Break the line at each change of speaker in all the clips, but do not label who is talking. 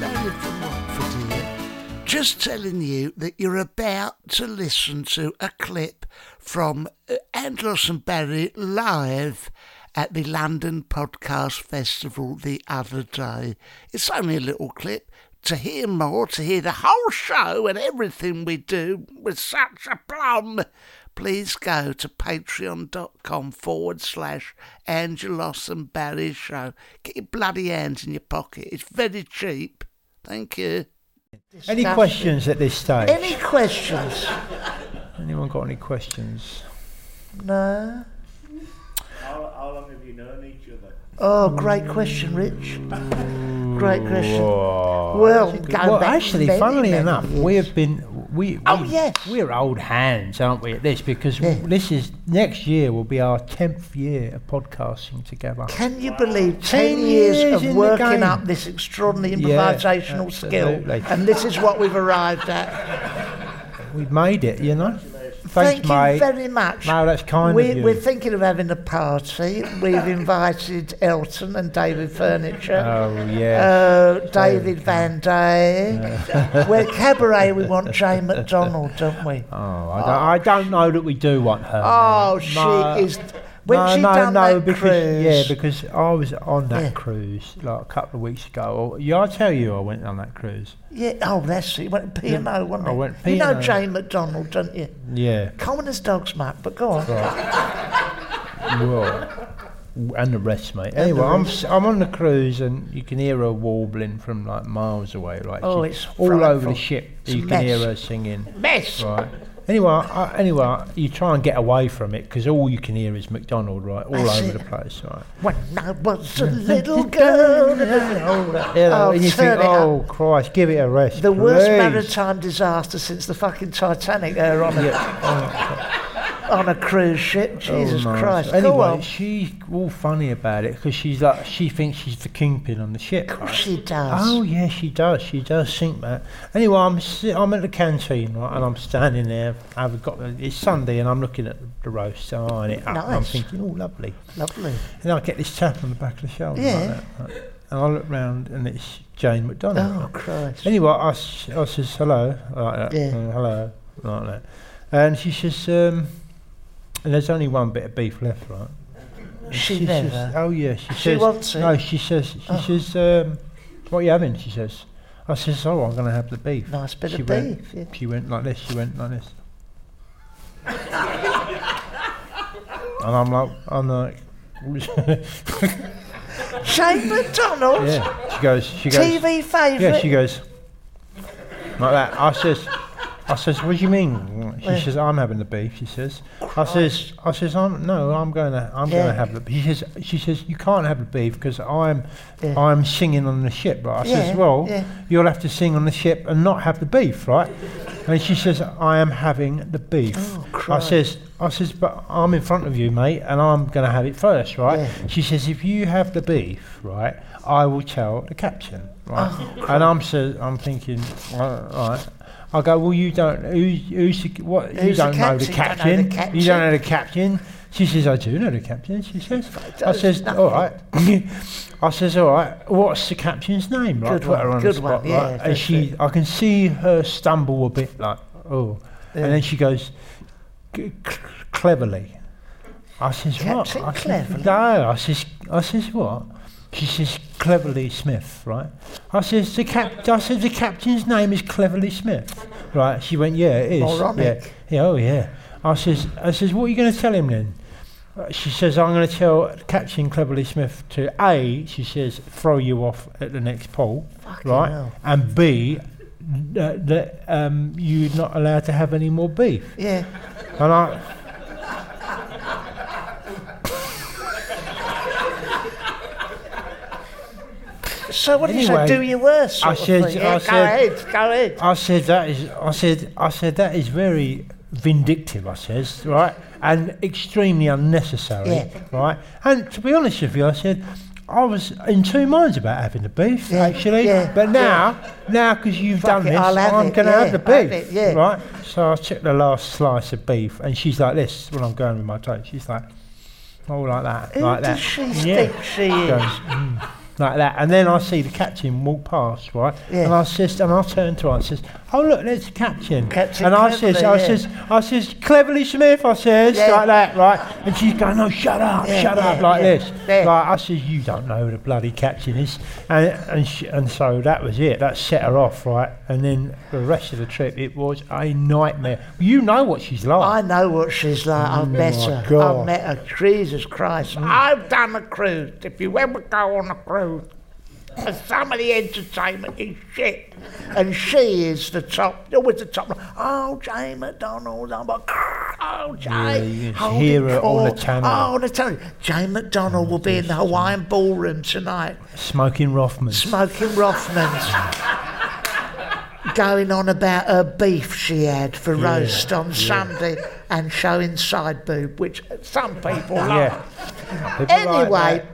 David from Watford here. Just telling you that you're about to listen to a clip from uh, Andros and Barry live at the London Podcast Festival the other day. It's only a little clip. To hear more, to hear the whole show and everything we do with such a plum, please go to patreon.com forward slash Angelos and Barry Show. Get your bloody hands in your pocket. It's very cheap. Thank you.
Any questions at this stage?
Any questions?
Anyone got any questions?
No.
How, how long have you known each other?
Oh, great question, Rich. Great question.
Oh,
Well,
that's a good-
going
well,
back
actually,
many,
funnily
many
enough, we have been we.
Oh,
we-
yes.
we're old hands, aren't we? At this because
Yeah.
this is next year will be our tenth year of podcasting together.
Can you believe 10
Ten
years,
years in
of
the
working
game.
up this extraordinary
Yeah,
improvisational skill?
absolutely.
And this is what we've arrived at.
We've made it, you know.
Thank
Thanks,
you
mate.
very much.
No, that's kind
we,
of you.
We're thinking of having a party. We've invited Elton and David Furniture.
oh yeah.
Uh, David Van Dyke. We're cabaret, we want Jane McDonald, don't we?
oh, I, don't, I don't know that we do want her.
Oh,
man.
she
No.
is. When
no,
she
no,
done
no,
that
because
cruise,
yeah, because I was on that
Yeah.
cruise like a couple of weeks ago. Or, yeah, I tell you, I went on that cruise.
yeah, oh, that's it. Went P and O, wasn't
I
it?
Oh, went
You know
P&O.
Jane McDonald, don't you?
Yeah,
Common as dogs, mate. But go on.
well, and the rest, mate. Anyway, I'm s- I'm on the cruise, and you can hear her warbling from like miles away. Like
Oh,
she's
it's
all over
frightful.
the ship.
It's a
you can hear
mess.
her singing.
Mess.
Right. Anyway, I, anyway, you try and get away from it because all you can hear is McDonald, right, all
That's
over
it.
the place, right.
When I was a little girl.
You know,
Oh,
and you
turn
think,
it up.
oh Christ, give it a rest.
The worst
please."
maritime disaster since the fucking Titanic. Her on a on a cruise ship. Jesus
Oh, nice.
Christ.
Anyway,
go on.
she's all funny about it because she's like she thinks she's the kingpin on the ship.
Of course
right?
she does.
Oh yeah, she does. She does think that. Anyway, I'm si- I'm at the canteen right, and I'm standing there. I've got it's Sunday and I'm looking at the roast, I'm eyeing it up, and I'm
Nice.
thinking, oh lovely.
Lovely.
And I get this tap on the back of the shoulder
Yeah.
like that, right? and I look round and it's Jane McDonald.
Oh Christ.
Anyway, I, s- I says hello, like that,
Yeah.
and hello, like that. And she says, um, and there's only one bit of beef left, right? And
She
says-
never-
oh yeah, she says.
She wants it.
No, she says. She
Oh.
says, um, what are you having? She says. I says, oh, I'm going to have the beef.
Nice bit
she
of
went,
beef, yeah.
She went like this. She went like this. and I'm like, I'm like.
Jane McDonald.
yeah. She goes. She goes.
TV favourite.
Yeah, she goes like that. I says, I says, what do you mean? She
Yeah.
says, I'm having the beef. She says, I says, I says, I'm no, I'm going to, I'm
Yeah.
going to have the. She says, she says, you can't have the beef because I'm,
Yeah.
I'm singing on the ship. Right? I
Yeah,
says, well,
yeah.
you'll have to sing on the ship and not have the beef, right? And she says, I am having the beef.
Oh,
I
Christ.
says, I says, but I'm in front of you, mate, and I'm going to have it first, right?
Yeah.
She says, if you have the beef, right, I will tell the captain, right?
Oh,
and I'm so, I'm thinking, uh, right. I go, well, you don't, who, who's the, what, you
Who's the
don't know the
captain? Don't know the
captain. You
captain."
don't know the captain. She says, I do know the captain. She says, I says, all right. I says, all right. What's the captain's name? Like,
Good
put her
one,
on
good
the
one,
spot,
yeah,
right? And
that's
she,
it.
I can see her stumble a bit, like, oh.
Yeah.
And then she goes, "C- c- cleverly. I says,
Captain
what? I says,
Cleverly?
no, I says, I says, what? She says, cleverly Smith, right? I says, the cap- I says, the captain's name is cleverly Smith, right? She went, yeah, it is.
Moronic.
Yeah. Yeah, oh yeah. I says, I says, what are you going to tell him then? Uh, She says, I'm going to tell Captain Cleverly Smith to A, she says, throw you off at the next poll,
Fucking
right?
hell.
And B, that, that um, you're not allowed to have any more beef.
Yeah.
And I,
So what did you
Anyway,
say? Do your worst. Sort
I
of
said-
thing.
I
Yeah, go
said-
ahead. Go ahead.
I said that is. I said. I said that is very vindictive. I says right and extremely unnecessary.
Yeah.
Right. And to be honest with you, I said I was in two minds about having the beef
Yeah,
actually.
yeah,
but now, now because you've
Fuck
done
it,
this,
I'll have
am
it,
going to
yeah,
have the
I'll have
beef.
it, yeah.
Right. So I took the last slice of beef, and she's like this when I'm going with my toast. She's like, oh, like that,
Who
like
does
that.
she
Yeah
think she
goes,
is?
"Mm," like that. And then I see the captain walk past, right?
Yeah.
And I says, and I turn to her and says, "Oh look, there's the captain."
Captain
and I says, I
Cleverly, yeah.
says, I says, cleverly Smith. I says
Yeah.
like that, right? And she's going, "No, shut up,
Yeah,
shut up,"
yeah,
like
yeah,
this.
yeah.
Like I says, "You don't know who the bloody captain is," and and sh- and so that was it. That set her off, right? And then the rest of the trip, it was a nightmare. You know what she's like.
I know what she's like. I've met
Oh my
her. I've
God. Mm.
met her. Jesus Christ. I've done a cruise. If you ever go on a cruise, some of the entertainment is shit. And she is the top, always the top. Oh, Jay McDonald. I'm a, oh, Jay.
you can
hold
hear
it
her on the
court.
channel. Oh,
Oh, the channel. Jay McDonald will be in the Hawaiian ballroom tonight
Smoking Rothmans.
smoking Rothmans. Going on about her beef she had for roast on Sunday and showing side boob, which some people like.
yeah. People like
Anyway,
that.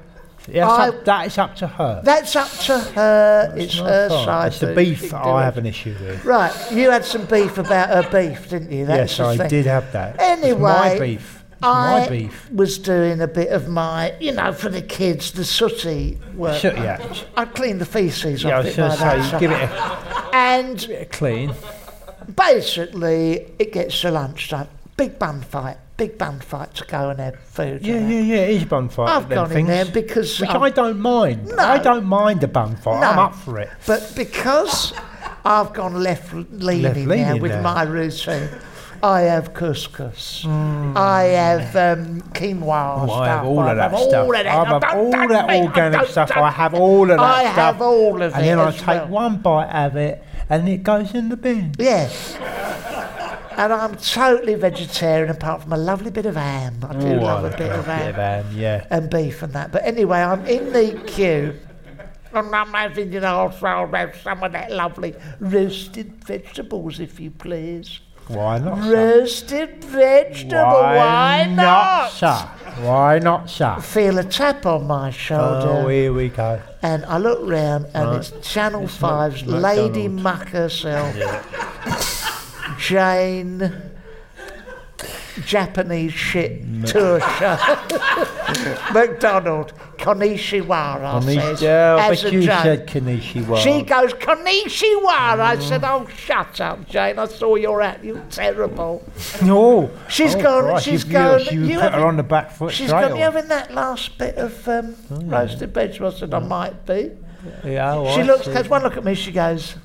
Yeah, that's
I-
up, that is up to her.
That's up to her. it's
my
her
fault.
side
It's the
boob.
beef
Big
that
deal.
I have an issue with.
Right, you had some beef about her beef, didn't you? That's
yes,
the
I
thing.
did have that. It's
Anyway,
my beef. It's
I
my beef.
was doing a bit of my, you know, for the kids, the sooty work.
Shut yeah.
I cleaned the feces
Yeah, I
off
was
it
going
by
to
that
say,
time.
give it a
and
bit of clean.
basically, it gets to lunchtime. Big bun fight. Big bun fight to go and have food.
Yeah,
and
yeah,
that.
yeah. It is a bun fight.
I've
them
gone in
things,
there because
which
I've-
I don't mind.
No.
I don't mind a bun fight. I'm
No.
up for it.
But because I've gone left leaning now
Left-leaning
with
now.
my routine, I have couscous. I have um, quinoa.
Hmm. Oh, I have
stuff.
all
I
of that
have all
stuff.
of that.
I have
Don't
all
touch
that
me.
organic
Don't
stuff.
touch
I have all of that
I
stuff.
have all of
and
it
then I
as
take
well.
one bite of it, and it goes in the bin.
Yeah. And I'm totally vegetarian apart from a lovely bit of ham. I do
Oh,
love
I
a bit of ham.
ham, yeah.
and beef and that. But anyway, I'm in the queue. And I'm having, you know, so I'll have some of that lovely roasted vegetables, if you please.
Why not? sir?
Roasted vegetable, why, not?
sir? Why not, sir?
Feel a tap on my
Oh,
shoulder,
here we go.
and I look round, and it's Channel
It's Mac-
5's Lady
McDonald's.
Muck herself, Jane, Japanese shit tour show. McDonald, Konishiwara, I says,
Yeah,
as
but
a
you
joke.
said Kanishiwa.
She goes, Konnichiwa. I said, oh, shut up, Jane. I saw your act. You're terrible.
No.
She's
oh,
gone,
Christ,
she's
you,
gone,
You, you
you
put her
haven't-
on the back foot
She's
straight
got you
away.
having that last bit of um, roasted vegetables. I said, I might be.
Yeah, oh,
She
I
looks,
see.
takes one look at me, she goes,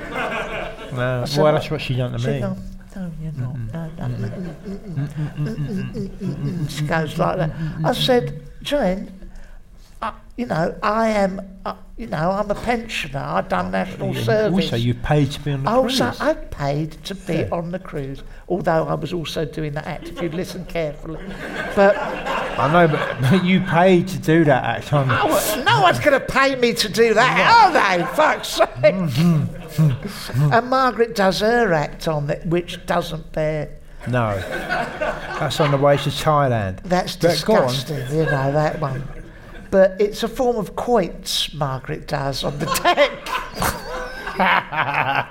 No, Well, that's what she done to
she
me.
gone, no, you're not. No, no. mm, mm, mm, mm, mm, mm, mm, mm." She goes like that. I said, Jane, I, you know, I am, uh, you know, I'm a pensioner. I've done national service.
Also, you paid to be on the cruise.
Also, I paid to be on the cruise, although I was also doing that act, if you listen carefully. But
I know, but, but you paid to do that act on
I was- no one's going to pay me to do that, are they? Fuck's sake.
Mm-hmm.
and Margaret does her act on it, which doesn't bear.
No. That's on the way to Thailand.
That's
But go on.
disgusting, you know, that one. But it's a form of quoits Margaret does on the deck.
that.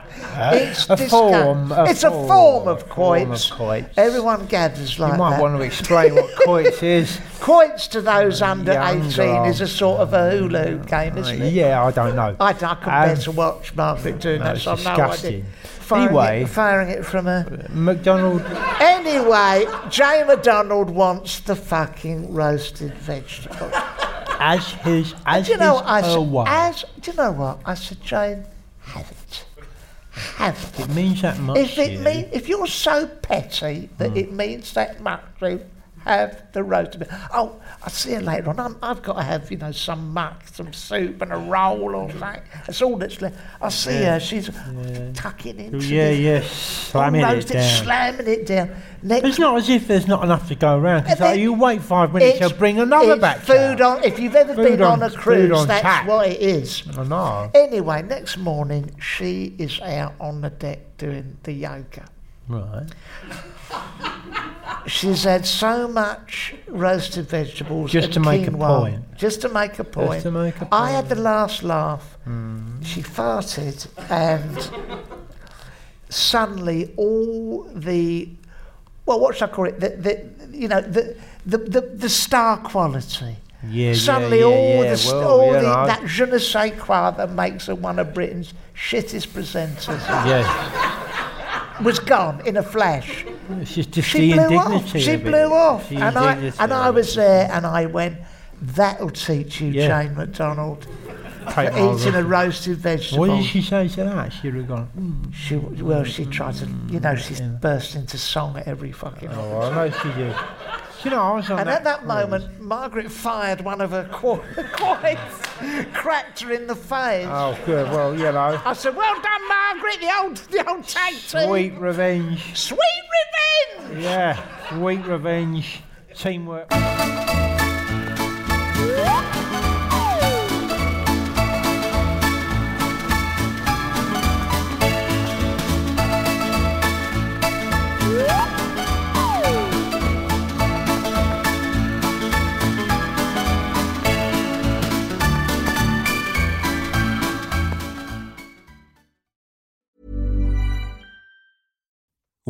It's
a
disgu-
form. A
it's
form,
a form of
form
quoits.
coits.
Everyone gathers like
you might
that.
want to explain what coits is.
Quoits to those under
Mm, Younger. Mm,
18 is a sort of a hula game, isn't it?
Yeah, I don't know.
I, I couldn't
Um,
bear to watch Margaret doing
no,
that,
it's
so I've no idea.
disgusting.
Firing
Anyway-
it, firing it from a.
McDonald.
Anyway, Jane McDonald wants the fucking roasted vegetables.
as his as
do Uh, you know
his uh,
what I
her
said? As
way.
do you know what I said, Jane? Have it, have it.
it means that much.
If
to you. Hmm.
it mean, if you're so petty that it means that much, then have the roast. of it. Oh, I'll see you later on. I'm, I've got to have, you know, some muck, some soup and a roll
Hmm.
or something. That's all that's left. I see her. She's tucking into
Oh, yeah,
this.
yeah, slamming
all
it
roasted,
down.
Slamming it down. Next
it's not as if there's not enough to go around. 'cause,
and
like,
then
you wait five minutes,
it's-
they'll bring another
it's
back.
Food
out.
on. If you've ever
Food
been
on-
on, a
food
cruise,
on
that's
tap.
what it is.
I know.
Anyway, next morning she is out on the deck doing the yoga.
Right.
She's had so much roasted vegetables.
Just
and
to make a
quinoa,
point.
Just to make a point.
to make a Mm.
I had the last laugh. She farted, and suddenly all the well, what should I call it? The, the you know the the, the, the star quality.
Yeah, yeah,
Suddenly,
yeah,
all
yeah,
the st-
well,
all the,
you know.
that je ne sais quoi that makes her one of Britain's shittest presenters
Yeah.
was gone in a flash
It's just, just
she
the
blew
indignity.
off. She
of it.
blew off,
The
and I
indignity
and I
of
was
it.
there, and I went. That'll teach you,
Yeah.
Jane McDonald, for
Take my
eating a
rough-
roasted
What
vegetable.
did she say to that? She'd have gone. Mm.
She, well, she tried to, you know, she burst into song at every fucking.
Oh, I know she did. Do You know, I was on
And
that
at that moment, Margaret fired one of her qu- coins, cracked her in the face.
Oh, good. Well, you know,
I said, "Well done, Margaret, the old, the old tag team,
sweet revenge.
Sweet revenge."
Yeah, sweet revenge. Teamwork.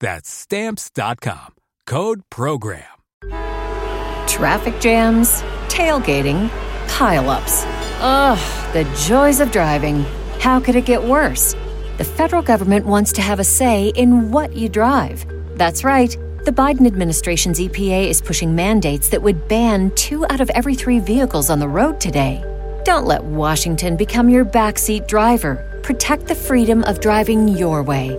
That's stamps.com. Code program.
Traffic jams, tailgating, pileups. Ugh, the joys of driving. How could it get worse? The federal government wants to have a say in what you drive. That's right. The Biden administration's EPA is pushing mandates that would ban two out of every three vehicles on the road today. Don't let Washington become your backseat driver. Protect the freedom of driving your way.